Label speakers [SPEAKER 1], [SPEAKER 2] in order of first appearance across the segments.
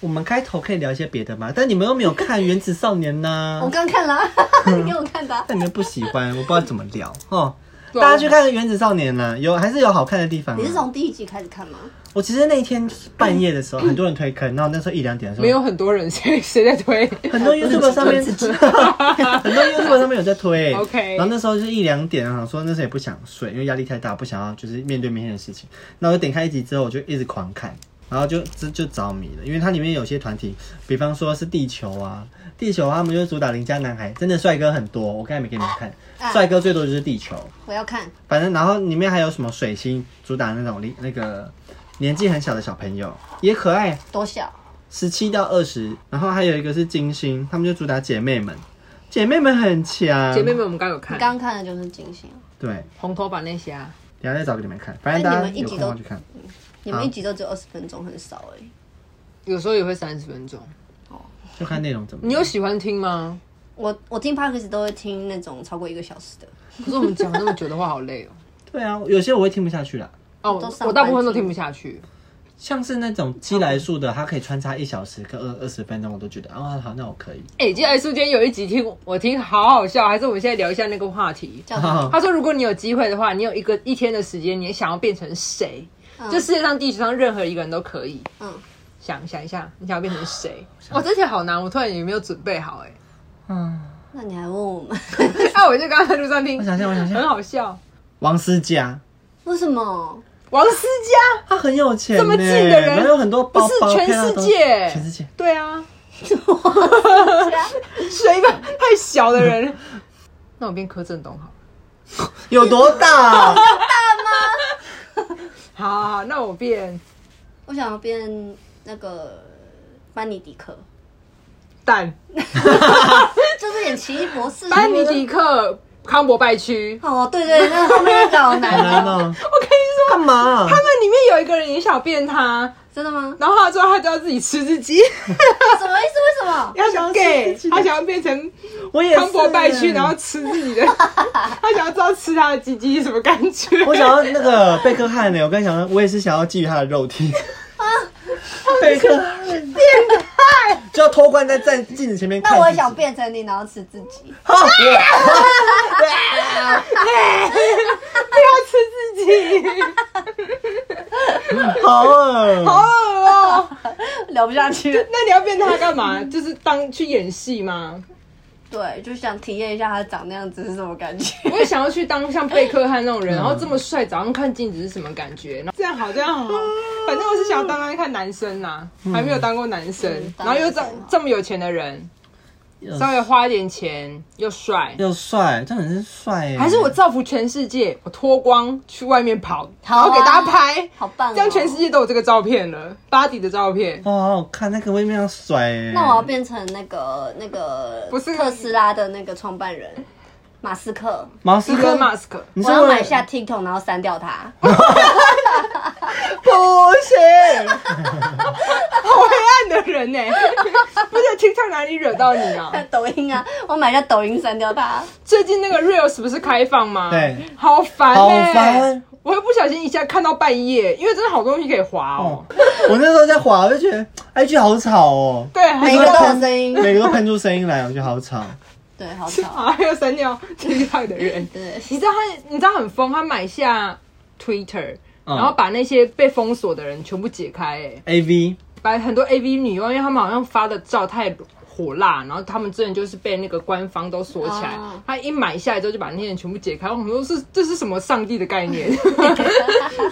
[SPEAKER 1] 我们开头可以聊一些别的嘛，但你们又没有看《原子少年》 呐
[SPEAKER 2] 哦
[SPEAKER 3] 我，刚看了 啊，你给我看的啊。
[SPEAKER 1] 但你们不喜欢，我不知道怎么聊哦。
[SPEAKER 2] 对
[SPEAKER 1] 大
[SPEAKER 2] 啊
[SPEAKER 1] 家去看《原子少年》啦，有还是有好看的地方啊。
[SPEAKER 3] 你是从第一集开始看吗？
[SPEAKER 1] 我其实那一天半夜的 时候，很多人推坑，然后那时候一两点的时候，
[SPEAKER 2] 没有很多人，谁谁在推？
[SPEAKER 1] 很多 YouTube 上面， 很多 YouTube 上面有在推。
[SPEAKER 2] OK
[SPEAKER 1] 然后那时候是一两点，想说那时候也不想睡，因为压力太大，不想要就是面对明天的事情。那我就点开一集之后，我就一直狂看，然后就就就着迷了，因为它里面有些团体，比方说是地球啊，地球他们就是主打邻家男孩，真的帅哥很多，我刚才没给你们看，
[SPEAKER 3] 啊
[SPEAKER 1] 帅哥最多就是地球。
[SPEAKER 3] 我要看，
[SPEAKER 1] 反正然后里面还有什么水星，主打那种那个年纪很小的小朋友，也可爱，
[SPEAKER 3] 多小？
[SPEAKER 1] 十七到二十，然后还有一个是金星，他们就主打姐妹们，姐妹们很强，
[SPEAKER 2] 姐妹们，我嗯们刚有
[SPEAKER 3] 你
[SPEAKER 2] 看
[SPEAKER 3] 刚看的就是金星，
[SPEAKER 1] 对，
[SPEAKER 2] 红头发那些啊，
[SPEAKER 1] 等一下再找给你们看，反正大
[SPEAKER 3] 那
[SPEAKER 1] 家
[SPEAKER 3] 你们一
[SPEAKER 1] 有
[SPEAKER 3] 集
[SPEAKER 1] 空
[SPEAKER 3] 都
[SPEAKER 1] 要去看。
[SPEAKER 3] 你
[SPEAKER 1] 啊
[SPEAKER 3] 们一集都只有二十分钟，很少哎、
[SPEAKER 2] 有时候也会三十分钟。
[SPEAKER 1] 就看内容怎么
[SPEAKER 2] 你
[SPEAKER 1] 样。
[SPEAKER 2] 有喜欢听吗？
[SPEAKER 3] 我我听 podcast 都会听那种超过一个小时的，
[SPEAKER 2] 可是我们讲那么久的话，好累哦。
[SPEAKER 1] 对啊，有些我会听不下去啦，
[SPEAKER 2] 哦，
[SPEAKER 3] 都上班
[SPEAKER 2] 我我大部分都听不下去。
[SPEAKER 1] 像是那种基来数的，它可以穿插一小时跟二二十分钟，我都觉得啊、好，那我可以。
[SPEAKER 2] 哎、接下来瞬间有一集听我听好好笑，还是我们现在聊一下那个话题。
[SPEAKER 3] 叫什么？
[SPEAKER 2] 他说，如果你有机会的话，你有一个一天的时间，你想要变成谁？就世界上地球上任何一个人都可以。
[SPEAKER 3] 嗯，
[SPEAKER 2] 想想一下，你想要变成谁？哇，这题好难，我突然也没有准备好哎、
[SPEAKER 1] 嗯，
[SPEAKER 3] 那你还问我们
[SPEAKER 2] 啊，我就刚刚在路上听
[SPEAKER 1] 我，想一下，我想一下，
[SPEAKER 2] 很好笑。
[SPEAKER 1] 王思佳，
[SPEAKER 3] 为什么？
[SPEAKER 2] 王思佳，
[SPEAKER 1] 他很有钱、欸，
[SPEAKER 2] 这么近的人
[SPEAKER 1] 然后有很多包包，
[SPEAKER 2] 不是全
[SPEAKER 1] 漂亮的东西
[SPEAKER 2] 世界
[SPEAKER 1] 全世界。
[SPEAKER 2] 对啊，是一个太小的人。 那我变柯震东好了。
[SPEAKER 1] 有多 大、啊？
[SPEAKER 2] 好好好，那我变
[SPEAKER 3] 我想要变那个班尼迪克，
[SPEAKER 2] 蛋，
[SPEAKER 3] 就是演奇异博士。
[SPEAKER 2] 班尼迪克，康伯拜区。
[SPEAKER 3] 哦，对对，那后面那个好
[SPEAKER 1] 好难
[SPEAKER 3] 难哦。
[SPEAKER 1] 哦、
[SPEAKER 2] 我跟你说，
[SPEAKER 1] 干嘛、
[SPEAKER 2] 他们里面有一个人也想变他，
[SPEAKER 3] 真的吗？
[SPEAKER 2] 然后他最后他就要自己吃自 己，
[SPEAKER 3] 什么意思？为什么？
[SPEAKER 2] 他想 gay，他想要变成
[SPEAKER 1] 我也是
[SPEAKER 2] 康伯拜区，然后吃自 己的，他想要知道吃他的鸡鸡是什么感觉。
[SPEAKER 1] 我 想要那个贝克汉呢、我刚想到，我也是想要觊觎他的肉体。
[SPEAKER 3] 啊
[SPEAKER 1] 贝克汉变态，就要偷窥在站镜子前面看自己。
[SPEAKER 3] 那我也想变成你，然后吃自己。
[SPEAKER 1] 啊。
[SPEAKER 2] 不要吃自己，
[SPEAKER 1] 好恶
[SPEAKER 2] 好恶哦、
[SPEAKER 3] 聊不下去了。
[SPEAKER 2] 那你要变他干嘛？就是当去演戏吗？
[SPEAKER 3] 对，就想体验一下他长那样子是什么感觉。
[SPEAKER 2] 我也想要去当像贝克汉 那种人，然后这么帅，早上看镜子是什么感觉？然后这啊样好，这样好，反正我是想要当当看男生啦，
[SPEAKER 1] 嗯
[SPEAKER 2] 还没有当过男生，
[SPEAKER 3] 嗯
[SPEAKER 2] 然后又这
[SPEAKER 3] 当男生好
[SPEAKER 2] 这么有钱的人，
[SPEAKER 1] 又
[SPEAKER 2] 稍微花一点钱又帅，
[SPEAKER 1] 又帅，真的是帅、欸。
[SPEAKER 2] 还是我造福全世界，我脱光去外面跑，然
[SPEAKER 3] 好啊
[SPEAKER 2] 后给大家拍，
[SPEAKER 3] 好棒、哦！
[SPEAKER 2] 这样全世界都有这个照片了，巴迪的照片。
[SPEAKER 1] 哇，好好看，那个外面要甩、欸。
[SPEAKER 3] 那我要变成那个那个
[SPEAKER 2] 不是
[SPEAKER 3] 特斯拉的那个创办人马斯克，
[SPEAKER 1] 马斯
[SPEAKER 2] 一个
[SPEAKER 1] 克，
[SPEAKER 2] 马斯克
[SPEAKER 1] 你是
[SPEAKER 3] 嗯我哦要
[SPEAKER 1] 为了
[SPEAKER 3] 买下 TikTok，然后删掉他。
[SPEAKER 2] 不行，好黑暗的人 呢、不是 TikTok 哪里惹到你啊？
[SPEAKER 3] 抖音啊，我买下抖音删掉 他。
[SPEAKER 2] 最近那个 Reels 不是开放吗？
[SPEAKER 1] 对，
[SPEAKER 2] 好烦、欸，
[SPEAKER 1] 好烦。
[SPEAKER 2] 我会不小心一下看到半夜，因为真的好多东西可以滑哦。
[SPEAKER 1] 我那时候在滑，我就觉得 IG 好吵哦、
[SPEAKER 2] 对，还
[SPEAKER 3] 每一
[SPEAKER 2] 有
[SPEAKER 3] 个都有声音
[SPEAKER 1] 每个都喷出声音来，我觉得好吵。
[SPEAKER 3] 对，好吵。
[SPEAKER 2] 啊，还有删掉 TikTok 的人。
[SPEAKER 3] 对，
[SPEAKER 2] 你知道他，你知道很疯，他买下 Twitter，、
[SPEAKER 1] 嗯
[SPEAKER 2] 然后把那些被封锁的人全部解开、欸，
[SPEAKER 1] AV
[SPEAKER 2] 把很多 AV 女优，因为他们好像发的照太火辣，然后他们之前就是被那个官方都锁起来。
[SPEAKER 3] 哦
[SPEAKER 2] 他一买下来之后，就把那些人全部解开。我们说是这是什么上帝的概念？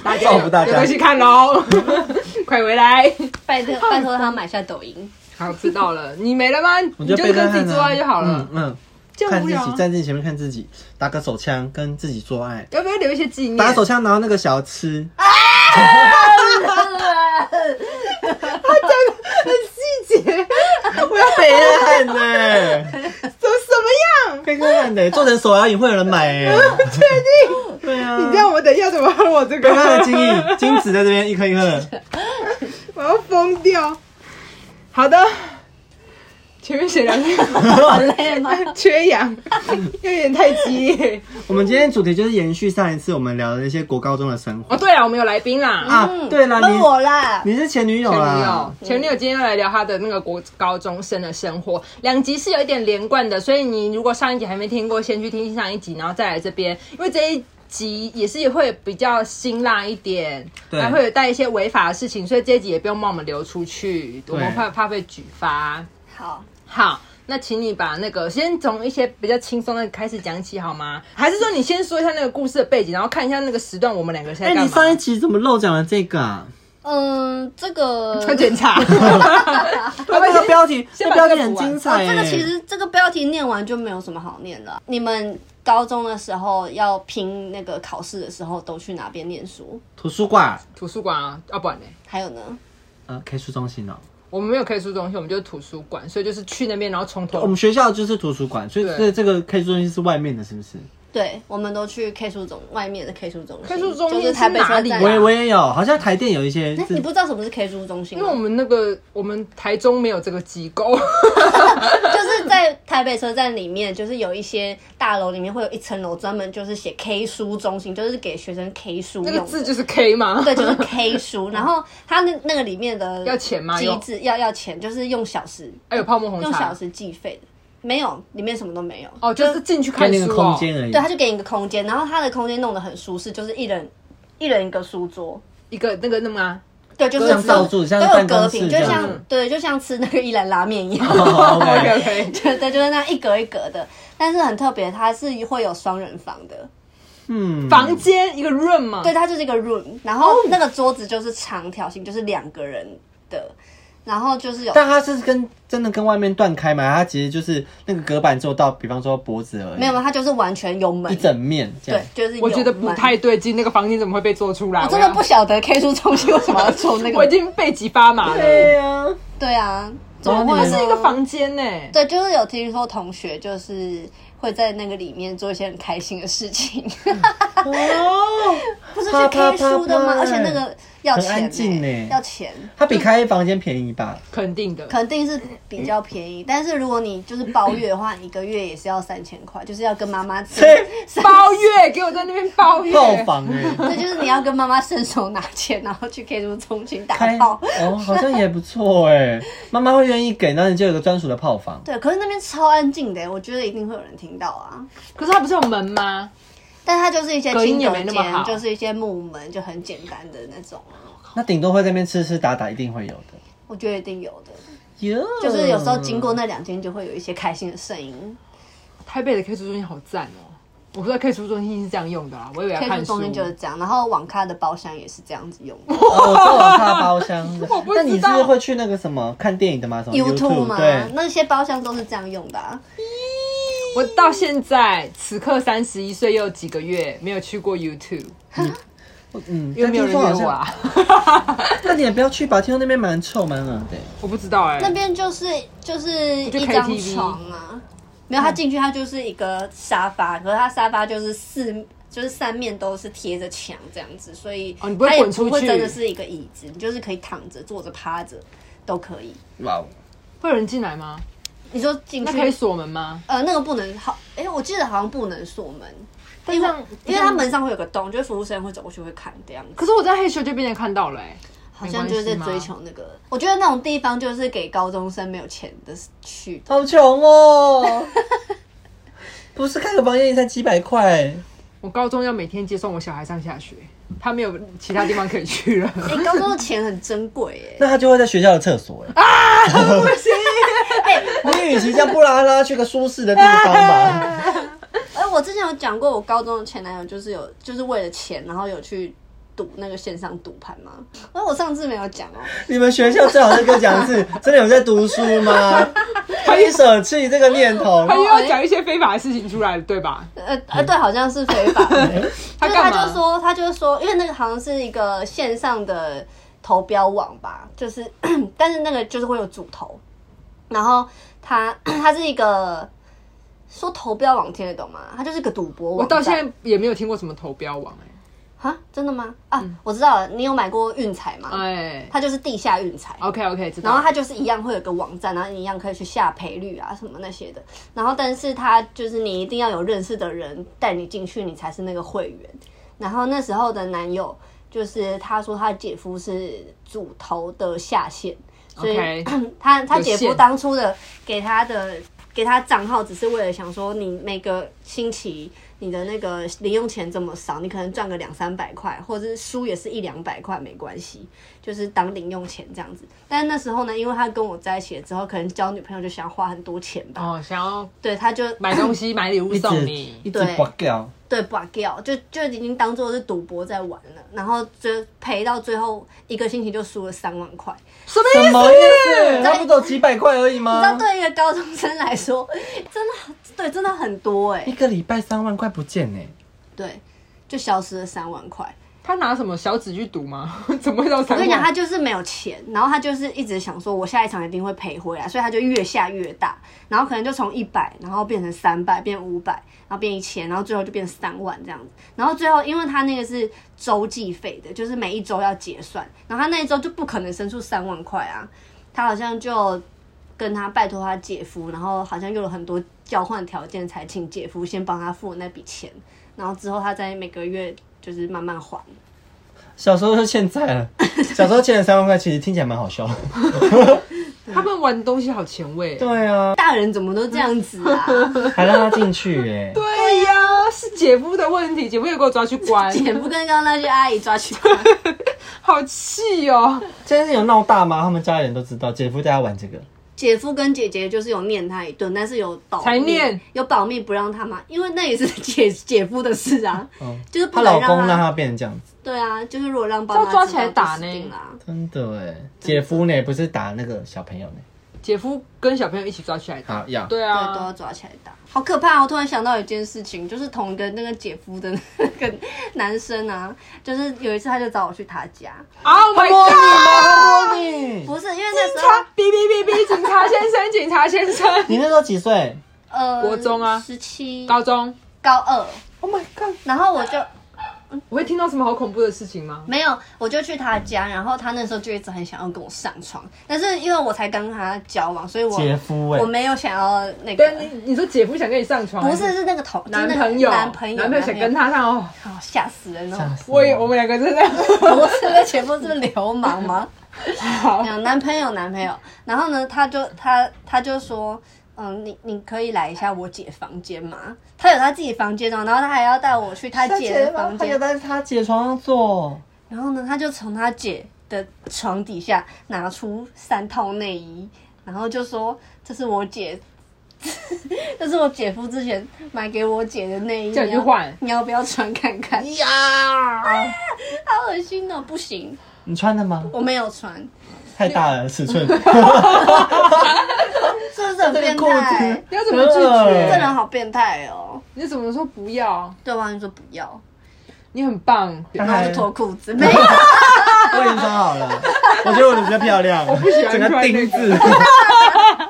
[SPEAKER 2] 大
[SPEAKER 1] 造福哦大家
[SPEAKER 2] 有回去看喽， 快回来。
[SPEAKER 3] 拜托拜托他买下抖 音。
[SPEAKER 2] 好，知道了。你没了吗？
[SPEAKER 1] 我
[SPEAKER 2] 你
[SPEAKER 1] 觉
[SPEAKER 2] 就
[SPEAKER 1] 得贝
[SPEAKER 2] 是
[SPEAKER 1] 克
[SPEAKER 2] 跟
[SPEAKER 1] 汉
[SPEAKER 2] 自己
[SPEAKER 1] 呢
[SPEAKER 2] 做爱就好了，
[SPEAKER 1] 嗯嗯，
[SPEAKER 2] 这样
[SPEAKER 1] 看
[SPEAKER 2] 无
[SPEAKER 1] 自
[SPEAKER 2] 聊
[SPEAKER 1] 己
[SPEAKER 2] 啊。
[SPEAKER 1] 站在前面看自己，打个手枪跟自己做爱。
[SPEAKER 2] 要不要留一些纪念？
[SPEAKER 1] 打手枪，然后那个小吃，
[SPEAKER 2] 啊
[SPEAKER 1] 啊
[SPEAKER 2] 细节，
[SPEAKER 1] 我要北热汉呢，
[SPEAKER 2] 怎么什么样？
[SPEAKER 1] 北热 汉呢，做成手摇饮会有人买哎，确定？对啊，
[SPEAKER 2] 你这样我等一下怎么喝我这
[SPEAKER 1] 北汉的
[SPEAKER 2] 个？
[SPEAKER 1] 金 翼金子在这边一颗一颗的，
[SPEAKER 2] 我要疯掉。好的，前面写 两个
[SPEAKER 3] 好累吗？
[SPEAKER 2] 缺氧，啊 有点太激 烈。
[SPEAKER 1] 我们今天主题就是延续上一次我们聊的那些国高中的生活
[SPEAKER 2] 哦，对了，我们有来宾啦，
[SPEAKER 1] 啊。对了，
[SPEAKER 3] 问
[SPEAKER 1] 你
[SPEAKER 3] 嗯我啦，
[SPEAKER 1] 你是前女友啊
[SPEAKER 2] 前女
[SPEAKER 1] 啦
[SPEAKER 2] 友，，前女友今天要来聊她的那个国高中生的生活，两集是有一点连贯的，所以你如果上一集还没听过，先去听上一集，然后再来这边，因为这一。集也是会比较辛辣一点，
[SPEAKER 1] 对
[SPEAKER 2] 还会有带一些违法的事情，所以这一集也不用帮我们流出去，我们
[SPEAKER 1] 对
[SPEAKER 2] 怕怕被举发。
[SPEAKER 3] 好，
[SPEAKER 2] 好，那请你把那个先从一些比较轻松的开始讲起好吗？还是说你先说一下那个故事的背景，然后看一下那个时段我们两个现
[SPEAKER 1] 哎、
[SPEAKER 2] 在干
[SPEAKER 1] 你
[SPEAKER 2] 嘛？
[SPEAKER 1] 上一集怎么漏讲了这个啊？
[SPEAKER 3] 嗯，这个
[SPEAKER 2] 要 检查，会
[SPEAKER 1] 啊那个标题，
[SPEAKER 2] 先
[SPEAKER 1] 那
[SPEAKER 2] 把
[SPEAKER 1] 标题
[SPEAKER 2] 这个
[SPEAKER 1] 很
[SPEAKER 2] 补完
[SPEAKER 1] 精彩、
[SPEAKER 3] 哦，
[SPEAKER 1] 哎
[SPEAKER 3] 这个其实这个标题念完就没有什么好念了。你们高中的时候要拼那个考试的时候，都去哪边念书？
[SPEAKER 1] 图书馆，
[SPEAKER 2] 图书馆啊，要、不然呢？
[SPEAKER 3] 还有呢？
[SPEAKER 1] 呃，K 书中心哦、
[SPEAKER 2] 我们没有 K 书中心，我们就是图书馆，所以就是去那边，然后从
[SPEAKER 1] 哦我
[SPEAKER 2] 头
[SPEAKER 1] 们学校就是图书馆，所以
[SPEAKER 2] 对
[SPEAKER 1] 这这个 K 书中心是外面的，是不是？
[SPEAKER 3] 对，我们都去 K 书中外面的 K 书中心
[SPEAKER 2] K 书中心
[SPEAKER 3] 就是台北车
[SPEAKER 2] 是哪
[SPEAKER 3] 站
[SPEAKER 2] 里
[SPEAKER 1] 我也
[SPEAKER 2] 啊
[SPEAKER 1] 我也有，好像台电有一些
[SPEAKER 3] 哎
[SPEAKER 1] 是
[SPEAKER 3] 你不知道什么是 K 书中心啊
[SPEAKER 2] 因
[SPEAKER 3] 吗？
[SPEAKER 2] 为我们那个我们台中没有这个机构，
[SPEAKER 3] 就是在台北车站里面，就是有一些大楼里面会有一层楼专门就是写 K 书中心，就是给学生 K 书
[SPEAKER 2] 那个
[SPEAKER 3] 用的。
[SPEAKER 2] 字就是 K 嘛。
[SPEAKER 3] 对，就是 K 书，然后它那那个里面的
[SPEAKER 2] 要钱吗有
[SPEAKER 3] 机制要要钱，就是用小时
[SPEAKER 2] 还哎有泡沫红
[SPEAKER 3] 用小
[SPEAKER 2] 茶
[SPEAKER 3] 时计费的，没有，里面什么都没有。
[SPEAKER 2] 哦，就是进去
[SPEAKER 1] 给
[SPEAKER 2] 看
[SPEAKER 1] 你
[SPEAKER 2] 书
[SPEAKER 1] 个
[SPEAKER 2] 哦
[SPEAKER 1] 空。间而已
[SPEAKER 3] 对，。他就给你一个空间，然后他的空间弄得很舒适，就是一人一人一个书桌，
[SPEAKER 2] 一个那个那 么啊，
[SPEAKER 3] 对，就是
[SPEAKER 1] 像
[SPEAKER 3] 都
[SPEAKER 1] 罩住像
[SPEAKER 3] 都有
[SPEAKER 1] 办
[SPEAKER 3] 隔
[SPEAKER 1] 公室
[SPEAKER 3] 屏，
[SPEAKER 1] 这
[SPEAKER 3] 就
[SPEAKER 1] 样
[SPEAKER 3] 像
[SPEAKER 1] 子
[SPEAKER 3] 对，就像吃那个一兰拉面一样。
[SPEAKER 1] 哦
[SPEAKER 2] OK
[SPEAKER 1] ，OK
[SPEAKER 2] OK，
[SPEAKER 3] 对对，就是那样一格一格的，但是很特别，它是会有双人房的，
[SPEAKER 1] 嗯，
[SPEAKER 2] 房间一个 room 嘛，
[SPEAKER 3] 对，它就是一个 room，然后那个桌子就是长条形，就是两个人的，然后就是有
[SPEAKER 1] 但它是跟真的跟外面断开嘛？它其实就是那个隔板做到，比方说脖子而已，
[SPEAKER 3] 没有吗？它就是完全有
[SPEAKER 1] 一
[SPEAKER 3] 门，
[SPEAKER 1] 整面这
[SPEAKER 3] 对
[SPEAKER 1] 样。，
[SPEAKER 3] 就是
[SPEAKER 2] 我
[SPEAKER 3] 有
[SPEAKER 2] 觉得不
[SPEAKER 3] 门
[SPEAKER 2] 太对劲，那个房间怎么会被做出来？
[SPEAKER 3] 我真的
[SPEAKER 2] 要
[SPEAKER 3] 不，晓得 K 书中心为什么要做那
[SPEAKER 2] 我
[SPEAKER 3] 个。
[SPEAKER 2] 已经背脊发麻了。
[SPEAKER 1] 对呀、啊，
[SPEAKER 3] 对啊，怎
[SPEAKER 1] 然后
[SPEAKER 3] 么
[SPEAKER 1] 你们
[SPEAKER 3] 会
[SPEAKER 2] 它
[SPEAKER 3] 呢
[SPEAKER 2] 是一个？房间呢、
[SPEAKER 3] 对，就是有听说同学就是会在那个里面做一些很开心的事情，
[SPEAKER 1] 哦，
[SPEAKER 3] 不是
[SPEAKER 1] 啪
[SPEAKER 3] 去
[SPEAKER 1] 啪
[SPEAKER 3] K 书的吗
[SPEAKER 1] 啪？啪
[SPEAKER 3] 而且那个要
[SPEAKER 1] 很安
[SPEAKER 3] 钱
[SPEAKER 1] 静欸
[SPEAKER 3] 呢，要钱。
[SPEAKER 1] 它比开房间便宜吧？
[SPEAKER 2] 肯定的。
[SPEAKER 3] 肯定是比较便宜，但是如果你就是包月的话，一个月也是要三千块，就是要跟妈妈吃，
[SPEAKER 1] 对
[SPEAKER 2] 包月，给我在那边 包月。
[SPEAKER 1] 套房哎、
[SPEAKER 3] 这就是你要跟妈妈伸手拿钱，然后去 K 书中心打
[SPEAKER 1] 开
[SPEAKER 3] 炮。
[SPEAKER 1] 哦，好像也不错哎、妈妈会愿意给，那你就有个专属的泡房。
[SPEAKER 3] 对，可是那边超安静的，我觉得一定会有人听到啊。
[SPEAKER 2] 可是它不是有门吗？
[SPEAKER 3] 但它就是一些
[SPEAKER 2] 隔音
[SPEAKER 3] 轻
[SPEAKER 2] 也
[SPEAKER 3] 隔
[SPEAKER 2] 没那么好
[SPEAKER 3] 间，就是一些木门，就很简单的那种啊。
[SPEAKER 1] 那顶多会在那边吃吃打打，一定会有的。
[SPEAKER 3] 我觉得一定有的，
[SPEAKER 2] 嗯
[SPEAKER 1] 哟
[SPEAKER 3] 就是有时候经过那两间，就会有一些开心的声音。
[SPEAKER 2] 台北的 K 书中心好赞哦、我不知道 K 书中心是这样用的啊啦，我以为要
[SPEAKER 3] K
[SPEAKER 2] 看
[SPEAKER 3] 书
[SPEAKER 2] 书
[SPEAKER 3] 中。心就是这样，然后网咖的包厢也是这样子用的。
[SPEAKER 1] 哦，我做网咖包厢。
[SPEAKER 2] 不知道
[SPEAKER 1] 那你是不是会去那个什么看电影的吗？什么
[SPEAKER 3] YouTube 嘛
[SPEAKER 1] 对，，
[SPEAKER 3] 那些包厢都是这样用的、啊。
[SPEAKER 2] 我到现在此刻三十一岁又几个月没有去过 YouTube，
[SPEAKER 1] 嗯，
[SPEAKER 2] 因为没
[SPEAKER 1] 但
[SPEAKER 2] 有人
[SPEAKER 1] 听
[SPEAKER 2] 约
[SPEAKER 1] 说
[SPEAKER 2] 我
[SPEAKER 1] 好像。
[SPEAKER 2] 啊。
[SPEAKER 1] 那你也不要去吧，听说那边蛮臭蛮冷的。
[SPEAKER 2] 我不知道哎、
[SPEAKER 3] 那边就是就是
[SPEAKER 2] 就
[SPEAKER 3] 一张
[SPEAKER 2] KTV
[SPEAKER 3] 床啊，没有他进去，他就是一个沙发，可是他沙发就是四。就是三面都是贴着墙这样子，所以
[SPEAKER 2] 哦你不会
[SPEAKER 3] 它也
[SPEAKER 2] 滚出
[SPEAKER 3] 不会
[SPEAKER 2] 去
[SPEAKER 3] 真的是一个椅子，你就是可以躺着、坐着、趴着都可以。
[SPEAKER 1] 哇哦，
[SPEAKER 2] 会有人进来吗？
[SPEAKER 3] 你说进
[SPEAKER 2] 那可
[SPEAKER 3] 去，
[SPEAKER 2] 以锁门吗？
[SPEAKER 3] 呃，那个不能好，哎、我记得好像不能锁门，
[SPEAKER 2] 但
[SPEAKER 3] 因为
[SPEAKER 2] 这样
[SPEAKER 3] 因为它门上会有个洞，就是服务生会走过去会看这样子。
[SPEAKER 2] 可是我在黑球就被人看到了哎、
[SPEAKER 3] 好像就是在追求那个，我觉得那种地方就是给高中生没有钱的去 的。
[SPEAKER 1] 好穷哦。不是开个房间也才几百块，
[SPEAKER 2] 我高中要每天接送我小孩上下学，他没有其他地方可以去了。
[SPEAKER 3] 哎、高中的钱很珍贵耶、
[SPEAKER 1] 那他就会在学校的厕所哎。啊，不行！ 你与其这样，不然让他去个舒适的地方吧。
[SPEAKER 3] 哎、我之前有讲过，我高中的前男友就是有，就是为了钱，然后有去赌那个线上赌盘吗？哎，我上次没有讲哦、
[SPEAKER 1] 你们学校最好再跟我讲一次，真的有在读书吗？可以舍弃这个念 头
[SPEAKER 2] 他。又要讲一些非法的事情出来了，对吧？
[SPEAKER 3] 呃呃，对，好像是非 法的。
[SPEAKER 2] 哎他
[SPEAKER 3] 就是
[SPEAKER 2] 干
[SPEAKER 3] 他
[SPEAKER 2] 嘛？
[SPEAKER 3] 就说，他就说，因为那个好像是一个线上的投标网吧，就是 但是那个就是会有主投，然后他 他是一个说投标网听得懂吗？他就是个赌博网
[SPEAKER 2] 我到
[SPEAKER 3] 站
[SPEAKER 2] 现在也没有听过什么投标网、欸，
[SPEAKER 3] 啊，真的吗？啊，我知道了，你有买过运彩吗？
[SPEAKER 2] 嗯哎
[SPEAKER 3] 它就是地下运彩。
[SPEAKER 2] ，OK OK，知
[SPEAKER 3] 然
[SPEAKER 2] 道
[SPEAKER 3] 后。它就是一样会有个网站，然后你一样可以去下赔率啊什么那些的。然后但是它就是你一定要有认识的人带你进去，你才是那个会员。然后那时候的男友就是他说他姐夫是主头的下线，所以
[SPEAKER 2] OK
[SPEAKER 3] 他他
[SPEAKER 2] 有
[SPEAKER 3] 姐夫
[SPEAKER 2] 线
[SPEAKER 3] 当初的给他的给他账号，只是为了想说你每个星期你的那个零用钱这么少，你可能赚个两三百块，或者是书也是一两百块没关系，就是当零用钱这样子。但是那时候呢，因为他跟我在一起了之后，可能交女朋友就想花很多钱吧，
[SPEAKER 2] 哦，想要
[SPEAKER 3] 对，他就
[SPEAKER 2] 买东西、买礼物
[SPEAKER 1] 一直
[SPEAKER 2] 送你，
[SPEAKER 1] 一直
[SPEAKER 3] 对
[SPEAKER 1] 刮掉，
[SPEAKER 3] 对把掉，就就已经当做是赌博在玩了，然后就赔到最后一个星期就输了三万块。
[SPEAKER 2] 什么
[SPEAKER 1] 什
[SPEAKER 2] 意
[SPEAKER 1] 么
[SPEAKER 2] 思？
[SPEAKER 1] 意思？那不都几百块而已
[SPEAKER 3] 你知道，
[SPEAKER 1] 吗？
[SPEAKER 3] 对一个高中生来说，真的很对，真的很多哎、
[SPEAKER 1] 一个礼拜三万块不见欸呢、
[SPEAKER 3] 对，就消失了三万块。
[SPEAKER 2] 他拿什么小纸去赌吗？ 怎么会到
[SPEAKER 3] 我
[SPEAKER 2] 三
[SPEAKER 3] 跟你讲，他
[SPEAKER 2] 万？
[SPEAKER 3] 就是没有钱，然后他就是一直想说，我下一场一定会赔回来，所以他就越下越大，然后可能就从一百，然后变成三百，变五百，然后变一千，然后最后就变三万这样子。然后最后，因为他那个是周计费的，就是每一周要结算，然后他那一周就不可能生出三万块啊，他好像就跟他拜托他姐夫，然后好像有了很多交换条件，才请姐夫先帮他付那笔钱，然后之后他再每个月就是慢慢还。
[SPEAKER 1] 小时候就欠债了，小时候欠了三万块，其实听起来蛮好笑的。
[SPEAKER 2] 他们玩东西好前卫。
[SPEAKER 1] 对啊，
[SPEAKER 3] 大人怎么都这样子 啊？
[SPEAKER 1] 还让他进去欸耶、
[SPEAKER 2] 对呀，是姐夫的问题，姐夫也给我抓去关，
[SPEAKER 3] 姐夫跟刚刚那些阿姨抓去关，
[SPEAKER 2] 好气哦。
[SPEAKER 1] 这件事有闹大吗？他们家人都知道，姐夫带他玩这个，
[SPEAKER 3] 姐夫跟姐姐就是有念他一顿，但是有保密
[SPEAKER 2] 才念
[SPEAKER 3] 有保密不让他嘛，因为那也是姐姐夫的事 啊，
[SPEAKER 1] 嗯，
[SPEAKER 3] 就是
[SPEAKER 1] 她
[SPEAKER 3] 不能
[SPEAKER 1] 老
[SPEAKER 3] 让
[SPEAKER 1] 公让他变成这样子，
[SPEAKER 3] 对啊，就是如果让爸
[SPEAKER 2] 啊这
[SPEAKER 3] 妈
[SPEAKER 2] 要抓
[SPEAKER 3] 知
[SPEAKER 2] 起来
[SPEAKER 3] 道啊就
[SPEAKER 2] 打
[SPEAKER 3] 死
[SPEAKER 2] 呢
[SPEAKER 3] 定啦
[SPEAKER 1] 真的哎、姐夫呢不是打那个小朋友呢，
[SPEAKER 2] 姐夫跟小朋友一起抓起来打。
[SPEAKER 1] 好要
[SPEAKER 2] 对
[SPEAKER 3] 对，都
[SPEAKER 2] 啊
[SPEAKER 3] 要，抓起来打，好可怕、哦！我突然想到一件事情，就是同一个那个姐夫的那个男生啊，就是有一次他就找我去他家，
[SPEAKER 2] Oh my
[SPEAKER 1] 摸你
[SPEAKER 2] god！
[SPEAKER 1] 吗？他摸啊
[SPEAKER 2] 哎
[SPEAKER 1] 你，
[SPEAKER 3] 不是因为那时
[SPEAKER 2] 警察
[SPEAKER 3] 候
[SPEAKER 2] 哔哔哔哔，警察先生，警察先 生，
[SPEAKER 1] 你那时候几岁
[SPEAKER 3] 呃
[SPEAKER 2] 国中啊
[SPEAKER 3] 十七
[SPEAKER 2] 高中，
[SPEAKER 3] 高二，
[SPEAKER 1] ？Oh my god！
[SPEAKER 3] 然后我就
[SPEAKER 2] 我会听到什么好恐怖的事情吗？
[SPEAKER 3] 没有，我就去他家，然后他那时候就一直很想要跟我上床，但是因为我才刚跟他交往，所以我
[SPEAKER 1] 姐夫哎、
[SPEAKER 3] 我没有想要那
[SPEAKER 2] 对，
[SPEAKER 3] 个，
[SPEAKER 2] 你你说姐夫想跟你上床，
[SPEAKER 3] 不是是那个同是那
[SPEAKER 2] 男
[SPEAKER 3] 个
[SPEAKER 2] 朋友，
[SPEAKER 3] 男朋友
[SPEAKER 2] 男朋友想跟，他上哦。
[SPEAKER 3] 男朋友哦吓死人
[SPEAKER 1] 吓
[SPEAKER 3] 了！
[SPEAKER 1] 死
[SPEAKER 2] 我也我们两个真的
[SPEAKER 3] 我是个前夫是流氓吗？
[SPEAKER 2] 好，
[SPEAKER 3] 有男朋友男朋友，然后呢，他就他他就说。嗯，你你可以来一下我姐房间吗？他有他自己房间哦，然后他还要带我去他姐的房
[SPEAKER 1] 他
[SPEAKER 3] 间
[SPEAKER 1] 有，在他姐床上坐，
[SPEAKER 3] 然后呢，他就从他姐的床底下拿出三套内衣，然后就说：“这是我姐， 这是我姐夫之前买给我姐的内衣，
[SPEAKER 2] 叫你去
[SPEAKER 3] 要
[SPEAKER 2] 换
[SPEAKER 3] 你要不要穿看看？”呀，好恶心哦！不行，
[SPEAKER 1] 你穿的吗？
[SPEAKER 3] 我没有穿，
[SPEAKER 1] 太大了，尺 寸。
[SPEAKER 3] 这是很变态，
[SPEAKER 2] 你要怎么拒绝
[SPEAKER 3] 这
[SPEAKER 1] 对
[SPEAKER 3] 人好变态哦，
[SPEAKER 2] 你怎么说不要？
[SPEAKER 3] 对方就说不要，
[SPEAKER 2] 你很棒，
[SPEAKER 1] 刚
[SPEAKER 3] 然后
[SPEAKER 1] 才
[SPEAKER 3] 我就脱裤子，没有。
[SPEAKER 1] 我已经穿好了，我觉得我的比较漂亮，我
[SPEAKER 2] 不喜欢
[SPEAKER 1] 整个
[SPEAKER 2] 穿
[SPEAKER 1] 钉
[SPEAKER 2] 那个
[SPEAKER 1] 子，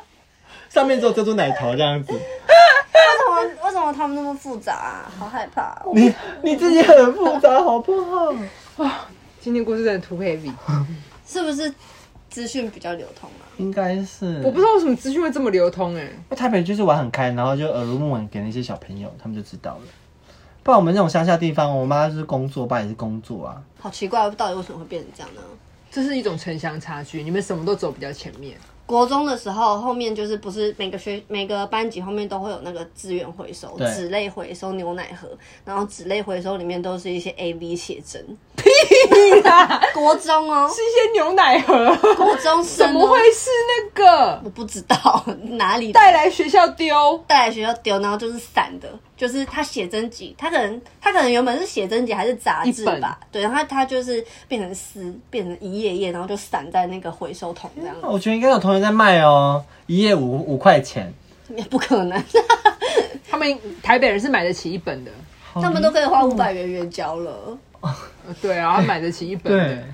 [SPEAKER 1] 上面只有遮住奶头这样子。
[SPEAKER 3] 为什么为什么他们那么复杂啊？好害怕哦、
[SPEAKER 1] 你你自己很复杂，好不好？
[SPEAKER 2] 今天故事真的 too heavy，
[SPEAKER 3] 是不是资讯比较流通啊？
[SPEAKER 1] 应该是，
[SPEAKER 2] 我不知道为什么资讯会这么流通哎、
[SPEAKER 1] 台北就是玩很开，然后就耳濡目染给那些小朋友，他们就知道了。不然我们这种乡下地方，我妈就是工作，我爸也是工作啊。
[SPEAKER 3] 好奇怪，到底为什么会变成这样呢？
[SPEAKER 2] 这是一种城乡差距，你们什么都走比较前面。
[SPEAKER 3] 国中的时候，后面就是不是每个学每个班级后面都会有那个资源回收、
[SPEAKER 1] 对
[SPEAKER 3] 纸类回收、牛奶盒，然后纸类回收里面都是一些 A V 写真。国中哦，
[SPEAKER 2] 哎是一些牛奶 盒，
[SPEAKER 3] 国中
[SPEAKER 2] 怎
[SPEAKER 3] 生、
[SPEAKER 2] 么
[SPEAKER 3] 哦
[SPEAKER 2] 会，是那个
[SPEAKER 3] 我不知道哪里
[SPEAKER 2] 带来学校丢？
[SPEAKER 3] 带来学校丢，然后就是散的，就是他写真集，他可能他可能原本是写真集还是杂志
[SPEAKER 2] 一本
[SPEAKER 3] 吧，对，然后他他就是变成撕，变成一页一页，然后就散在那个回收桶这样，
[SPEAKER 1] 我觉得应该有同学在卖哦，一页五五块钱，
[SPEAKER 3] 也不可能，
[SPEAKER 2] 他们台北人是买得起一本的，
[SPEAKER 3] 他们都可以花五百元援交了。
[SPEAKER 2] 呃对啊，买得起一本的。
[SPEAKER 1] 对，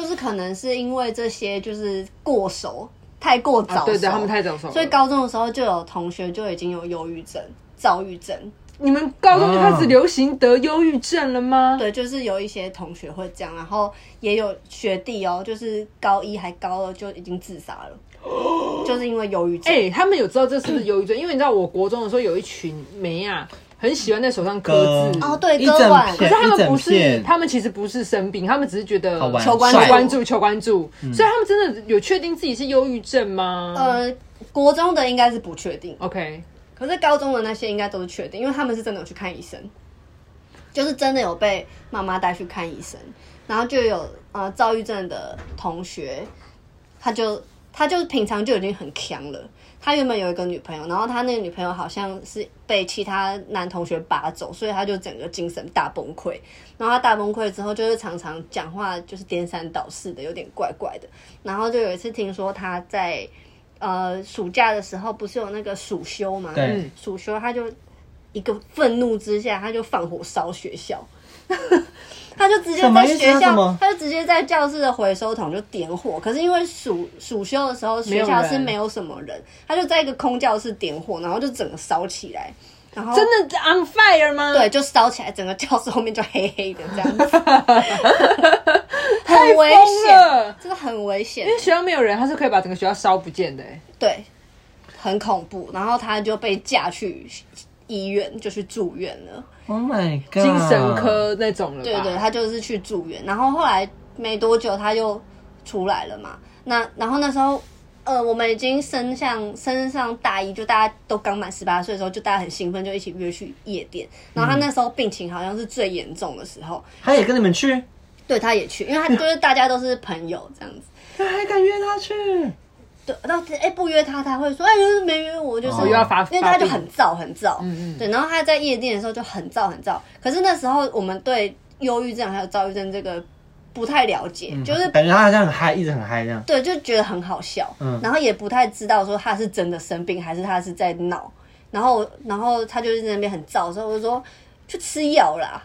[SPEAKER 3] 就是可能是因为这些就是过熟，太过早熟，
[SPEAKER 2] 啊对对他们太早熟了
[SPEAKER 3] 所以高中的时候就有同学就已经有忧郁症、躁郁症，
[SPEAKER 2] 你们高中就开始流行得忧郁症了吗？
[SPEAKER 3] 对，就是有一些同学会这样，然后也有学弟哦，就是高一还高二就已经自杀 了，就是因为忧郁症。
[SPEAKER 2] 哎、他们有知道这是不是忧郁症？因为你知道，我国中的时候有一群梅啊，很喜欢在手上
[SPEAKER 1] 歌
[SPEAKER 2] 刻字。
[SPEAKER 3] 哦对
[SPEAKER 1] 一
[SPEAKER 3] 割腕
[SPEAKER 1] 整
[SPEAKER 2] 可
[SPEAKER 1] 片，
[SPEAKER 2] 是他
[SPEAKER 1] 一
[SPEAKER 2] 们不
[SPEAKER 1] 整
[SPEAKER 2] 是，
[SPEAKER 1] 片，
[SPEAKER 2] 他们其实不是生病，他们只是觉得
[SPEAKER 1] 好玩
[SPEAKER 3] 求关注
[SPEAKER 2] 求关注，求关注。所以他们真的有确定自己是忧郁症吗？
[SPEAKER 3] 呃，国中的应该是不确定，
[SPEAKER 2] OK，
[SPEAKER 3] 可是高中的那些应该都是确定，因为他们是真的有去看医生，就是真的有被妈妈带去看医生，然后就有呃躁郁症的同学，他就他就平常就已经很强了。他原本有一个女朋友，然后他那个女朋友好像是被其他男同学拔走，所以他就整个精神大崩溃。然后他大崩溃之后，就是常常讲话就是颠三倒四的，有点怪怪的。然后就有一次听说他在呃暑假的时候，不是有那个暑休嘛？
[SPEAKER 1] 对
[SPEAKER 3] 嗯暑休他就一个愤怒之下，他就放火烧学校。 他就直接
[SPEAKER 1] 什么
[SPEAKER 3] 在
[SPEAKER 1] 意思
[SPEAKER 3] 学
[SPEAKER 1] 什
[SPEAKER 3] 校
[SPEAKER 1] 么，
[SPEAKER 3] 他就直接在教室的回收桶就点火。可是因为暑暑休的时候，学校是没有什么人，他就在一个空教室点火，然后就整个烧起来，然后
[SPEAKER 2] 真的 on fire 吗？
[SPEAKER 3] 对，，就烧起来，整个教室后面就黑黑的这样子，很危
[SPEAKER 2] 了
[SPEAKER 3] 险，这个很危险
[SPEAKER 2] 因，为学校没有人，他是可以把整个学校烧不见的、欸。
[SPEAKER 3] 对，很恐怖。然后他就被架去医院，就去住院了。
[SPEAKER 1] ，Oh my god，
[SPEAKER 2] 精神科那种了吧？
[SPEAKER 3] 对对，他就是去住院，然后后来没多久他就出来了嘛。那然后那时候，呃，我们已经升上升上大一，就大家都刚满十八岁的时候，就大家很兴奋，就一起约去夜店。然后他那时候病情好像是最严重的时候，
[SPEAKER 1] 他也跟你们去，
[SPEAKER 3] 对，他也去，因为他就是大家都是朋友这样子。
[SPEAKER 1] 他还敢约他去，
[SPEAKER 3] 对，然后哎、不约他，他会说哎、就是没约我，就是、
[SPEAKER 1] 哦又
[SPEAKER 2] 要发
[SPEAKER 3] 因为他
[SPEAKER 2] 发
[SPEAKER 3] 就
[SPEAKER 2] 病
[SPEAKER 3] 很燥很燥，嗯嗯，对，然后他在夜店的时候就很燥很燥，可是那时候我们对忧郁症还有躁郁症这个不太了解，
[SPEAKER 1] 嗯
[SPEAKER 3] 就是
[SPEAKER 1] 感觉他好像很嗨，一直很嗨这 样。
[SPEAKER 3] 对，就觉得很好笑，
[SPEAKER 1] 嗯
[SPEAKER 3] 然后也不太知道说他是真的生病还是他是在闹，然后然后他就是在那边很燥，所以我就说去吃药啦，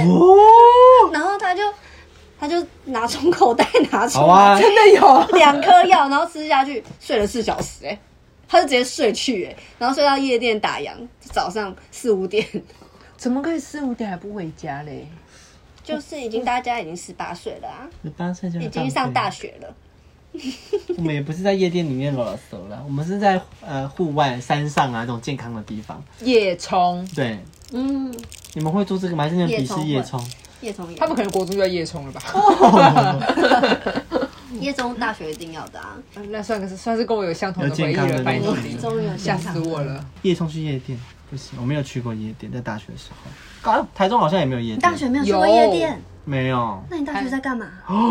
[SPEAKER 1] 哦，
[SPEAKER 3] 然后他就他就拿从口袋 拿出
[SPEAKER 1] 好
[SPEAKER 3] 来
[SPEAKER 1] 啊，
[SPEAKER 2] 真的有。
[SPEAKER 3] 两颗药，然后吃下去，睡了四小时、欸，哎，他就直接睡去、欸，哎，然后睡到夜店打烊，早上四五 点，
[SPEAKER 2] 怎么可以四五点还不回家嘞？
[SPEAKER 3] 就是已经大家已经十八岁了啊，
[SPEAKER 1] 十八岁就
[SPEAKER 3] 已经上大
[SPEAKER 1] 学，
[SPEAKER 3] 学了，
[SPEAKER 1] 我们也不是在夜店里面老熟了，我们是在呃户外、山上啊这种健康的地方。
[SPEAKER 2] 夜冲，
[SPEAKER 1] 对，
[SPEAKER 3] 嗯，
[SPEAKER 1] 你们会做这个吗？还是你们鄙视
[SPEAKER 3] 夜
[SPEAKER 1] 夜
[SPEAKER 3] 冲
[SPEAKER 1] 冲？
[SPEAKER 3] 叶从也
[SPEAKER 2] 他们可能国中就在夜冲了吧？
[SPEAKER 3] 叶中大学一定要的啊，
[SPEAKER 2] 那算是算是跟我有相同的
[SPEAKER 1] 有
[SPEAKER 2] 回
[SPEAKER 1] 健
[SPEAKER 2] 忆
[SPEAKER 1] 康的
[SPEAKER 2] 了，白
[SPEAKER 1] 东
[SPEAKER 2] 牛
[SPEAKER 1] 西
[SPEAKER 2] 林，
[SPEAKER 3] 终于有
[SPEAKER 2] 吓
[SPEAKER 3] 想
[SPEAKER 2] 死我了。
[SPEAKER 1] 夜冲去夜店不行，我没有去过夜店，在大学的时候。高台中好像也没有夜店，
[SPEAKER 3] 大学没有去过
[SPEAKER 2] 有
[SPEAKER 3] 夜店，
[SPEAKER 1] 没有，
[SPEAKER 3] 那你大学在干嘛？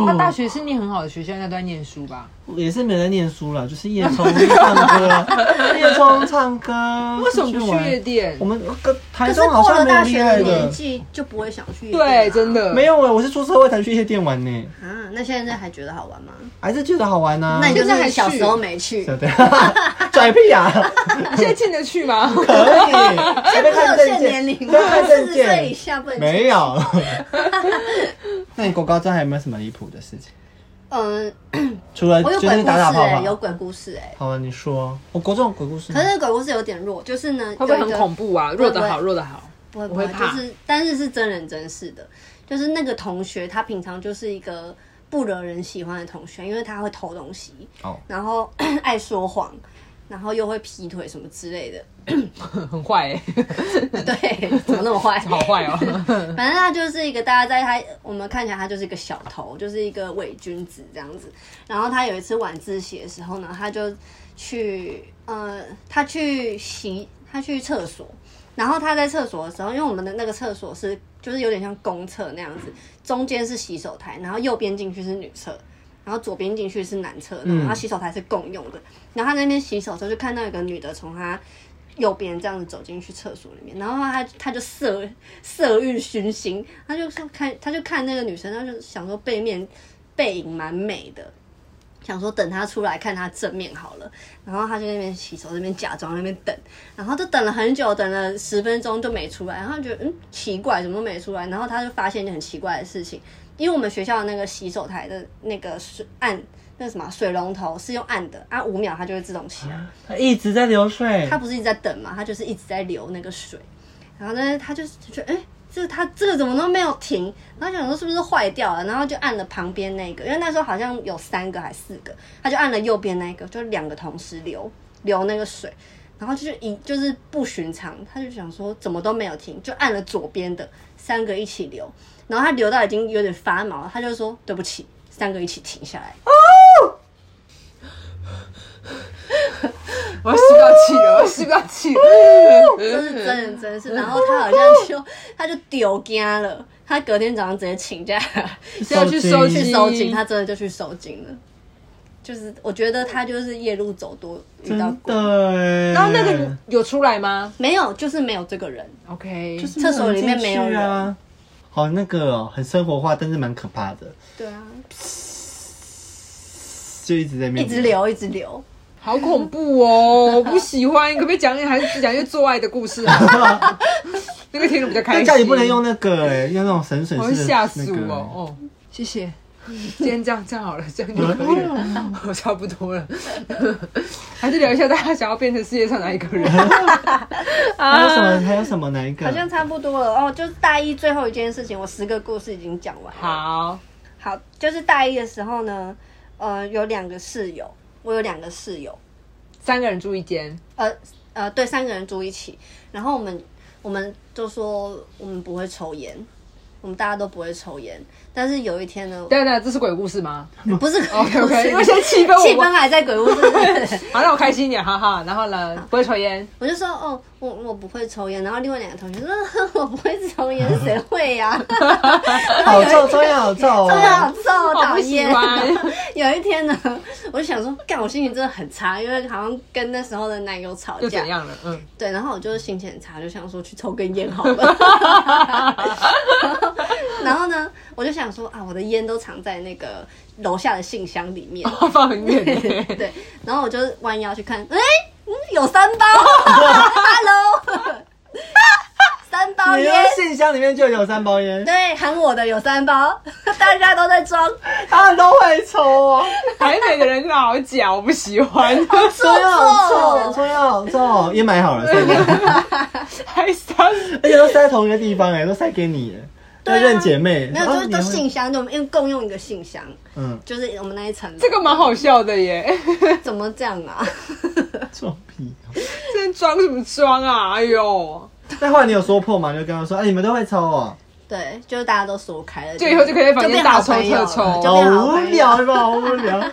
[SPEAKER 2] 他大学是念很好的学校，应该都在念书吧？
[SPEAKER 1] 也是没有在念书了，就是夜冲唱歌， 夜冲唱歌。
[SPEAKER 2] 为什么不
[SPEAKER 1] 出玩
[SPEAKER 2] 去夜？店
[SPEAKER 1] 我？们跟台
[SPEAKER 3] 可是
[SPEAKER 1] 中好
[SPEAKER 3] 过
[SPEAKER 1] 像
[SPEAKER 3] 了
[SPEAKER 1] 没有
[SPEAKER 3] 大
[SPEAKER 1] 厉
[SPEAKER 3] 学
[SPEAKER 1] 害
[SPEAKER 3] 的
[SPEAKER 1] 的
[SPEAKER 3] 年，纪就不会想去夜店、
[SPEAKER 2] 对，真。的
[SPEAKER 1] 没有哎、我是出社会才去夜店玩呢、
[SPEAKER 3] 啊，那现在还觉得好玩吗？
[SPEAKER 1] 还是觉得好玩呐、
[SPEAKER 3] 那你就
[SPEAKER 2] 啊现在还
[SPEAKER 3] 是小
[SPEAKER 2] 去
[SPEAKER 3] 时候没去，
[SPEAKER 1] 对 对，拽屁呀、啊！
[SPEAKER 2] 现在进得去吗？
[SPEAKER 1] 可以，要
[SPEAKER 3] 不
[SPEAKER 1] 不要哎看
[SPEAKER 3] 是有限
[SPEAKER 1] 证
[SPEAKER 3] 年龄
[SPEAKER 1] 件？
[SPEAKER 3] 吗
[SPEAKER 1] 要不要？看
[SPEAKER 3] 四十
[SPEAKER 1] 证
[SPEAKER 3] 岁以
[SPEAKER 1] 件？
[SPEAKER 3] 下不能去
[SPEAKER 1] 没有。 那你国高中还有没有什么离谱的事情？
[SPEAKER 3] 嗯，
[SPEAKER 1] 除了
[SPEAKER 3] 我有
[SPEAKER 1] 就是
[SPEAKER 3] 鬼故事
[SPEAKER 1] 打打泡
[SPEAKER 3] 哎、
[SPEAKER 1] 泡，嗯
[SPEAKER 3] 有鬼故事哎、
[SPEAKER 1] 好啊，你说，我国中有鬼故事吗
[SPEAKER 3] 可，是鬼故事有点弱，就是呢，
[SPEAKER 2] 会不会很
[SPEAKER 3] 有一个
[SPEAKER 2] 恐怖啊？弱的好，
[SPEAKER 3] 会
[SPEAKER 2] 弱的好。
[SPEAKER 3] 不会
[SPEAKER 2] 我
[SPEAKER 3] 不
[SPEAKER 2] 会
[SPEAKER 3] 会，就
[SPEAKER 2] 怕
[SPEAKER 3] 是但是是真人真事的，就是那个同学他平常就是一个不惹人喜欢的同学，因为他会偷东西，
[SPEAKER 1] 哦，
[SPEAKER 3] 然后 爱说谎，然后又会劈腿什么之类的，
[SPEAKER 2] 很坏、欸，
[SPEAKER 3] 对，怎么那么坏？
[SPEAKER 2] 好坏哦。
[SPEAKER 3] 反正他就是一个大家在他我们看起来他就是一个小头，就是一个伪君子这样子。然后他有一次晚自习的时候呢，他就去呃，他去洗，他去厕所。然后他在厕所的时候，因为我们的那个厕所是就是有点像公厕那样子，中间是洗手台，然后右边进去是女厕，然后左边进去是男厕，然后洗手台是共用的。然后他在那边洗手的时候，就看到有个女的从他右边这样子走进去厕所里面，然后他他就色色欲熏心，他就看看他就看那个女生，他就想说背面背影蛮美的，想说等她出来看她正面好了，然后他就那边洗手那边假装那边等，然后就等了很久，等了十分钟就没出来，然后觉得嗯奇怪怎么都没出来，然后他就发现一件很奇怪的事情，因为我们学校的那个洗手台的那个水按那什么水龙头是用按的，按五秒它就会自动起来。
[SPEAKER 1] 它一直在流水
[SPEAKER 3] 它。不是一直在等嘛，它就是一直在流那个水，然后呢，他就是觉得，哎、这它这个怎么都没有停，然后就想说是不是坏掉了，然后就按了旁边那个，因为那时候好像有三个还四个，他就按了右边那个，就两个同时流流那个水，然后就是一就是不寻常，他就想说怎么都没有停，就按了左边的三个一起流，然后他流到已经有点发毛了，他就说对不起，三个一起停下来，
[SPEAKER 2] 我要吸不到气了，我要吸不到气
[SPEAKER 3] 这
[SPEAKER 2] 了。
[SPEAKER 3] 是真人真事。然后他好像就他就丢家了，他隔天早上直接请假，
[SPEAKER 2] 要去
[SPEAKER 1] 收
[SPEAKER 2] 收
[SPEAKER 1] 金
[SPEAKER 3] 去
[SPEAKER 2] 金
[SPEAKER 3] 收金，他真的就去收金了。就是我觉得他就是夜路走多遇到
[SPEAKER 1] 真
[SPEAKER 3] 过，
[SPEAKER 1] 的欸。
[SPEAKER 2] 然后那个有出来吗
[SPEAKER 3] 没有就是没有这个人，
[SPEAKER 2] ？OK，
[SPEAKER 1] 就是
[SPEAKER 3] 厕所里面没有人
[SPEAKER 1] 没有人进去啊。好，那个哦、很生活化，但是蛮可怕的，
[SPEAKER 3] 对啊，
[SPEAKER 1] 就一直在面
[SPEAKER 3] 一直。流一直流，
[SPEAKER 2] 好恐怖 哦！我不喜欢，可不可以讲一还是讲一些做爱的故事啊？ 那个听着比较开
[SPEAKER 1] 在
[SPEAKER 2] 心。
[SPEAKER 1] 家里不能用那个、欸，用那种神水
[SPEAKER 2] 我会
[SPEAKER 1] 式的
[SPEAKER 2] 吓死
[SPEAKER 1] 那个
[SPEAKER 2] 我哦！谢谢， 今天这样这样好了，这样就可以了，我差不多了。 还是聊一下大家想要变成世界上哪一 个人？啊
[SPEAKER 1] 还有什么？还有什么？哪一个？
[SPEAKER 3] 啊好像差不多了哦。就是大一最后一件事情，我十个故事已经讲完了。
[SPEAKER 2] 好，
[SPEAKER 3] 好，就是大一的时候呢，呃，有两个室友，我有两个室友，
[SPEAKER 2] 三个人住一间，
[SPEAKER 3] 呃呃，对，三个人住一起，然后我们我们就说我们不会抽烟，我们大家都不会抽烟，但是有一天呢，
[SPEAKER 2] 对对，这是鬼故事吗
[SPEAKER 3] 不是鬼
[SPEAKER 2] ？OK
[SPEAKER 3] 故
[SPEAKER 2] OK，
[SPEAKER 3] 事，
[SPEAKER 2] 因为现在气氛我
[SPEAKER 3] 气氛还在鬼屋是
[SPEAKER 2] 好，让我开心一点，哈哈。然后呢，不会抽烟，
[SPEAKER 3] 我就说哦，我我不会抽烟，然后另外两个同学说 呵呵我不会抽烟，谁会呀、
[SPEAKER 1] 好臭，抽烟好臭
[SPEAKER 3] 真的好
[SPEAKER 1] 哦！
[SPEAKER 3] 臭，
[SPEAKER 2] 我
[SPEAKER 3] 讨
[SPEAKER 2] 哦不喜
[SPEAKER 3] 厌。
[SPEAKER 2] 欢。
[SPEAKER 3] 有一天呢，我就想说，干，我心情真的很差，因为好像跟那时候的男友吵
[SPEAKER 2] 又
[SPEAKER 3] 架
[SPEAKER 2] 怎，样 了？嗯，
[SPEAKER 3] 对，然后我就是心情很差，就想说去抽根烟 好了。然后呢，我就想说啊，我的烟都藏在那个楼下的信箱里 面。
[SPEAKER 2] 放很远耶。
[SPEAKER 3] 对，然后我就弯腰去看，哎、嗯有三包，Hello，三包
[SPEAKER 1] 你
[SPEAKER 3] 烟
[SPEAKER 1] 的，信箱里面就有三包烟，
[SPEAKER 3] 对，喊我的有三包，大家都在装，
[SPEAKER 1] 他们都会抽哦。
[SPEAKER 2] 台北的人真的好假，我不喜欢。
[SPEAKER 1] 抽烟好臭，抽烟好臭，烟买好了， 塞掉
[SPEAKER 2] 还三
[SPEAKER 1] 而且都塞在同一个地方，哎，都塞给你耶，
[SPEAKER 3] 对啊
[SPEAKER 1] 要认姐妹，
[SPEAKER 3] 没有，就是
[SPEAKER 1] 啊
[SPEAKER 3] 都，
[SPEAKER 1] 你会
[SPEAKER 3] 信箱，就我们因为共用一个信箱，
[SPEAKER 1] 嗯，
[SPEAKER 3] 就是我们那一层楼，
[SPEAKER 2] 这个蛮好笑的耶，
[SPEAKER 3] 怎么这样啊？
[SPEAKER 1] 臭屁。哦
[SPEAKER 2] 这装什么装啊？哎呦，
[SPEAKER 1] 但后来你有说破吗？就跟他说，哎，你们都会抽哦，
[SPEAKER 3] 对，就是大家都锁开了，
[SPEAKER 2] 就以后就可以在房间
[SPEAKER 3] 变好
[SPEAKER 2] 大抽
[SPEAKER 3] 朋友
[SPEAKER 2] 特抽
[SPEAKER 3] 了就
[SPEAKER 1] 好
[SPEAKER 3] 变好
[SPEAKER 1] 无
[SPEAKER 3] 朋友
[SPEAKER 1] 聊，好无聊。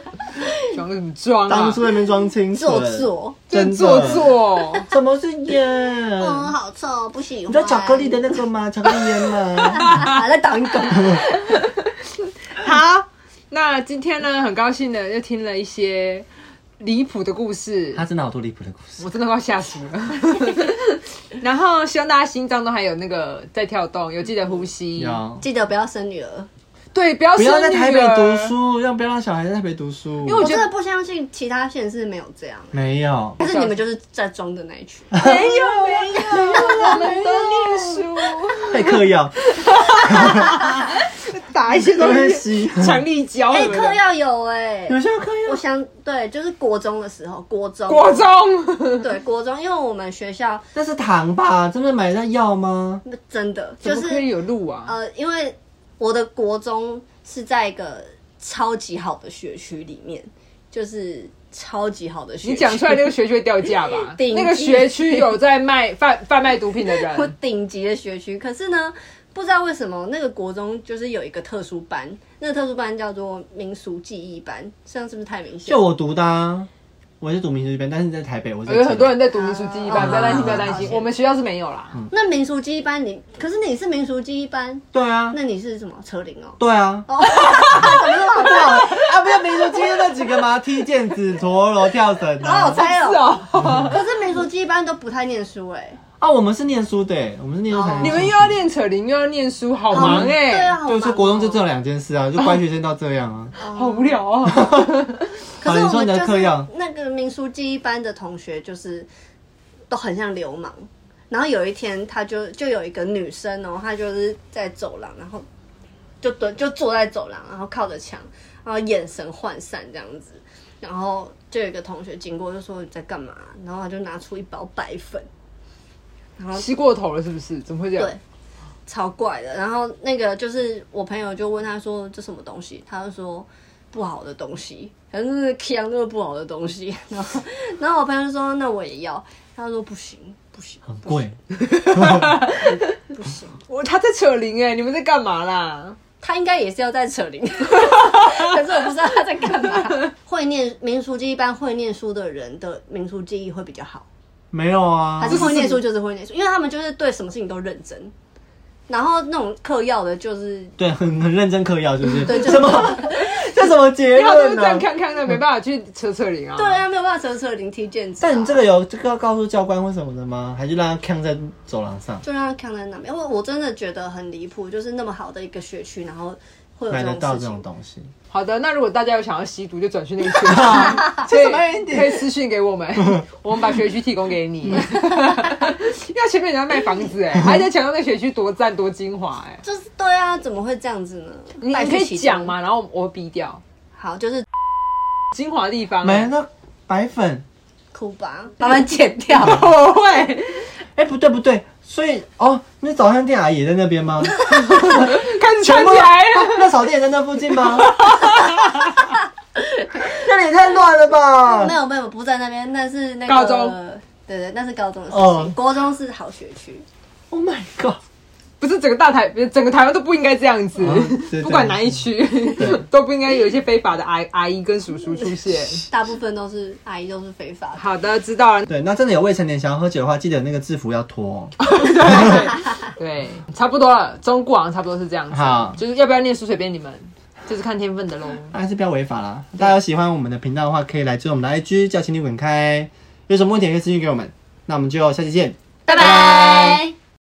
[SPEAKER 2] 装什么装
[SPEAKER 1] 当
[SPEAKER 2] 啊？
[SPEAKER 1] 初在那边装清纯，
[SPEAKER 3] 做作，
[SPEAKER 2] 真
[SPEAKER 1] 真
[SPEAKER 2] 做
[SPEAKER 1] 的，
[SPEAKER 2] 作。
[SPEAKER 1] 怎么是烟？
[SPEAKER 3] 嗯，好臭，不喜欢。
[SPEAKER 1] 你知道巧克力的那个吗？巧克力烟吗？
[SPEAKER 3] 还在挡梗，
[SPEAKER 2] 好，那今天呢，很高兴的又听了一些离谱的故事
[SPEAKER 1] 他，真的好多离谱的故事。
[SPEAKER 2] 我真的快要吓死了。 然后希望大家心脏都还有那个在跳动，有记得呼吸。
[SPEAKER 1] 要
[SPEAKER 3] 记得不要生女 儿。
[SPEAKER 2] 对，不要
[SPEAKER 1] 不要在
[SPEAKER 2] 生女
[SPEAKER 1] 台北
[SPEAKER 2] 儿
[SPEAKER 1] 读。书，要不要让小孩在台北读书？
[SPEAKER 2] 为我
[SPEAKER 3] 我
[SPEAKER 2] 觉
[SPEAKER 3] 真
[SPEAKER 2] 得
[SPEAKER 3] 的不相信其他县市没有这样，
[SPEAKER 1] 没有，
[SPEAKER 3] 但是你们就是在装的那一 群。
[SPEAKER 2] 没有没有，我们都念书，
[SPEAKER 1] 被嗑药，
[SPEAKER 2] 打一些
[SPEAKER 1] 都
[SPEAKER 2] 东
[SPEAKER 1] 会
[SPEAKER 2] 西，
[SPEAKER 1] 吸。
[SPEAKER 2] 强力胶
[SPEAKER 3] 哎，
[SPEAKER 2] 什么
[SPEAKER 3] 嗑
[SPEAKER 2] 的。
[SPEAKER 3] 药有哎，
[SPEAKER 1] 有些要嗑啊
[SPEAKER 3] 我
[SPEAKER 1] 药，
[SPEAKER 3] 想对，就是国中的时候，国中，
[SPEAKER 2] 国中，
[SPEAKER 3] 对国中，因为我们学校
[SPEAKER 1] 那是糖吧？真的买得到药吗？
[SPEAKER 3] 真的就
[SPEAKER 2] 怎么可以
[SPEAKER 3] 是
[SPEAKER 2] 有路啊？
[SPEAKER 3] 呃，因为我的国中是在一个超级好的学区里面，就是超级好的学区。
[SPEAKER 2] 你讲出来那个学区会掉价吧？
[SPEAKER 3] 顶级
[SPEAKER 2] 那个学区有在卖贩贩卖毒品的
[SPEAKER 3] 我
[SPEAKER 2] 人，
[SPEAKER 3] 顶级的学区。可是呢，不知道为什么那个国中就是有一个特殊班，那个特殊班叫做民俗记忆班，这样是不是太明显？
[SPEAKER 1] 就我读的、啊，我是读民俗这边，但是在台北，我是
[SPEAKER 2] 有哎很多人在读民俗记忆班，
[SPEAKER 3] 哦
[SPEAKER 2] 不要担心，不要担
[SPEAKER 3] 好
[SPEAKER 2] 心，
[SPEAKER 3] 险
[SPEAKER 2] 我们学校是没有啦。
[SPEAKER 3] 那民俗记忆班你，可是你是民俗记忆班，
[SPEAKER 1] 对啊，
[SPEAKER 3] 那你是什么车龄哦？
[SPEAKER 1] 对啊，
[SPEAKER 3] 哦，
[SPEAKER 1] 不好 啊，不是民俗今天那几个吗？ 踢毽子、陀螺、跳绳
[SPEAKER 3] 好好
[SPEAKER 1] 啊。
[SPEAKER 3] 猜
[SPEAKER 2] 是
[SPEAKER 3] 哦。
[SPEAKER 2] 哦，
[SPEAKER 3] 可是民俗记忆班都不太念书哎、
[SPEAKER 1] 啊，我们是念书的欸，我们是念书才
[SPEAKER 3] 哦
[SPEAKER 1] 念
[SPEAKER 2] 你
[SPEAKER 1] 书
[SPEAKER 2] 们又要练扯铃，又要念书，好忙哎、
[SPEAKER 3] 对啊，好忙哦
[SPEAKER 1] 欸就是国中就这两件事啊，就乖学生到这样 啊。
[SPEAKER 2] 好无 聊哦。
[SPEAKER 3] 可
[SPEAKER 1] 好
[SPEAKER 3] 是
[SPEAKER 1] 你
[SPEAKER 3] 我
[SPEAKER 1] 说
[SPEAKER 3] 们
[SPEAKER 1] 你的
[SPEAKER 3] 就
[SPEAKER 1] 课
[SPEAKER 3] 是
[SPEAKER 1] 样
[SPEAKER 3] 那个民俗记忆班的同学，就是都很像流氓。然后有一天，他就就有一个女生哦，她就是在走廊，然后就蹲就坐在走廊，然后靠着墙，然后眼神涣散这样子。然后就有一个同学经过，就说你在干嘛？然后他就拿出一包白粉，然后
[SPEAKER 2] 吸过头了是不是？怎么会这样？
[SPEAKER 3] 对，超怪的。然后那个就是我朋友就问他说这什么东西，他就说不好的东西，反正就是 k 阳就是不好的东西。然后然后我朋友就说那我也要，他说不行不行
[SPEAKER 1] 很贵，
[SPEAKER 3] 不行，
[SPEAKER 2] 我他在扯铃哎、你们在干嘛啦？
[SPEAKER 3] 他应该也是要在 扯铃，可是我不知道他在干嘛。会念民俗记忆班会念书的人的民俗记忆会比较好。
[SPEAKER 1] 没有啊
[SPEAKER 3] 还，是会念书就是会念书，因为他们就是对什么事情都认真。然后那种嗑药的，就是
[SPEAKER 1] 对，很很认真嗑药，是不 是？
[SPEAKER 3] 对就是
[SPEAKER 1] 什么？这什么结
[SPEAKER 2] 然后就是
[SPEAKER 1] 论
[SPEAKER 2] 这
[SPEAKER 1] 呢、
[SPEAKER 2] 样看看的，没办法去扯扯铃啊。
[SPEAKER 3] 对啊，没有办法测测灵体检查。
[SPEAKER 1] 但你这个有这个要告诉教官或什么的吗？还是让他扛在走廊上？
[SPEAKER 3] 就让他扛在那边，因为我真的觉得很离谱，就是那么好的一个学区，然后会有
[SPEAKER 1] 买
[SPEAKER 3] 这
[SPEAKER 1] 得
[SPEAKER 3] 种
[SPEAKER 1] 到
[SPEAKER 3] 事
[SPEAKER 1] 这种
[SPEAKER 3] 情。
[SPEAKER 1] 东西？
[SPEAKER 2] 好的，那如果大家有想要吸毒，就转去那个学 区， 啊可以可以私信给 我们，我们把学区提供给你。 要前面人家卖房子哎、还在强调那学区多赞多精华哎、
[SPEAKER 3] 就是对啊，怎么会这样子呢？
[SPEAKER 2] 你
[SPEAKER 3] 败
[SPEAKER 2] 你
[SPEAKER 3] 絮
[SPEAKER 2] 可以
[SPEAKER 3] 其中
[SPEAKER 2] 讲？嘛，然后我我逼掉
[SPEAKER 3] 好，就是
[SPEAKER 2] 精华地方、
[SPEAKER 1] 买
[SPEAKER 2] 欸。
[SPEAKER 1] 那白粉？
[SPEAKER 3] 哭 吧，把它剪掉。
[SPEAKER 2] 我 会，
[SPEAKER 1] 哎、不对不对，所以哦，那早餐店阿姨也在那边 吗？
[SPEAKER 2] 看起来了。
[SPEAKER 1] 哦那草店也在那附近吗？ 那里也太乱了吧
[SPEAKER 3] 没！有没有，不在那边，那是那个
[SPEAKER 2] 高中。
[SPEAKER 3] 对对，那是高中的事
[SPEAKER 1] 哦
[SPEAKER 3] 情，高中是好学区。
[SPEAKER 1] Oh my god！
[SPEAKER 2] 不是整个大台，不是整个台湾都不应该这样子
[SPEAKER 1] 嗯对，对
[SPEAKER 2] 不管哪一区
[SPEAKER 1] 对
[SPEAKER 2] 都不应该有一些非法的阿阿姨跟叔叔出现。
[SPEAKER 3] 大部分都是阿姨都是非法的，
[SPEAKER 2] 好的，知道了。
[SPEAKER 1] 对，那真的有未成年想要喝酒的话，记得那个制服要脱、哦。
[SPEAKER 2] 对，差不多了，中顾好像差不多是这样子
[SPEAKER 1] 好，
[SPEAKER 2] 就是要不要念书随便你们，就是看天分的喽。
[SPEAKER 1] 那啊还是不要违法啦。大家有喜欢我们的频道的话，可以来追我们的 IG 叫“请你滚开”，有什么问题也可以私信给我们。那我们就下期见。
[SPEAKER 3] 拜拜。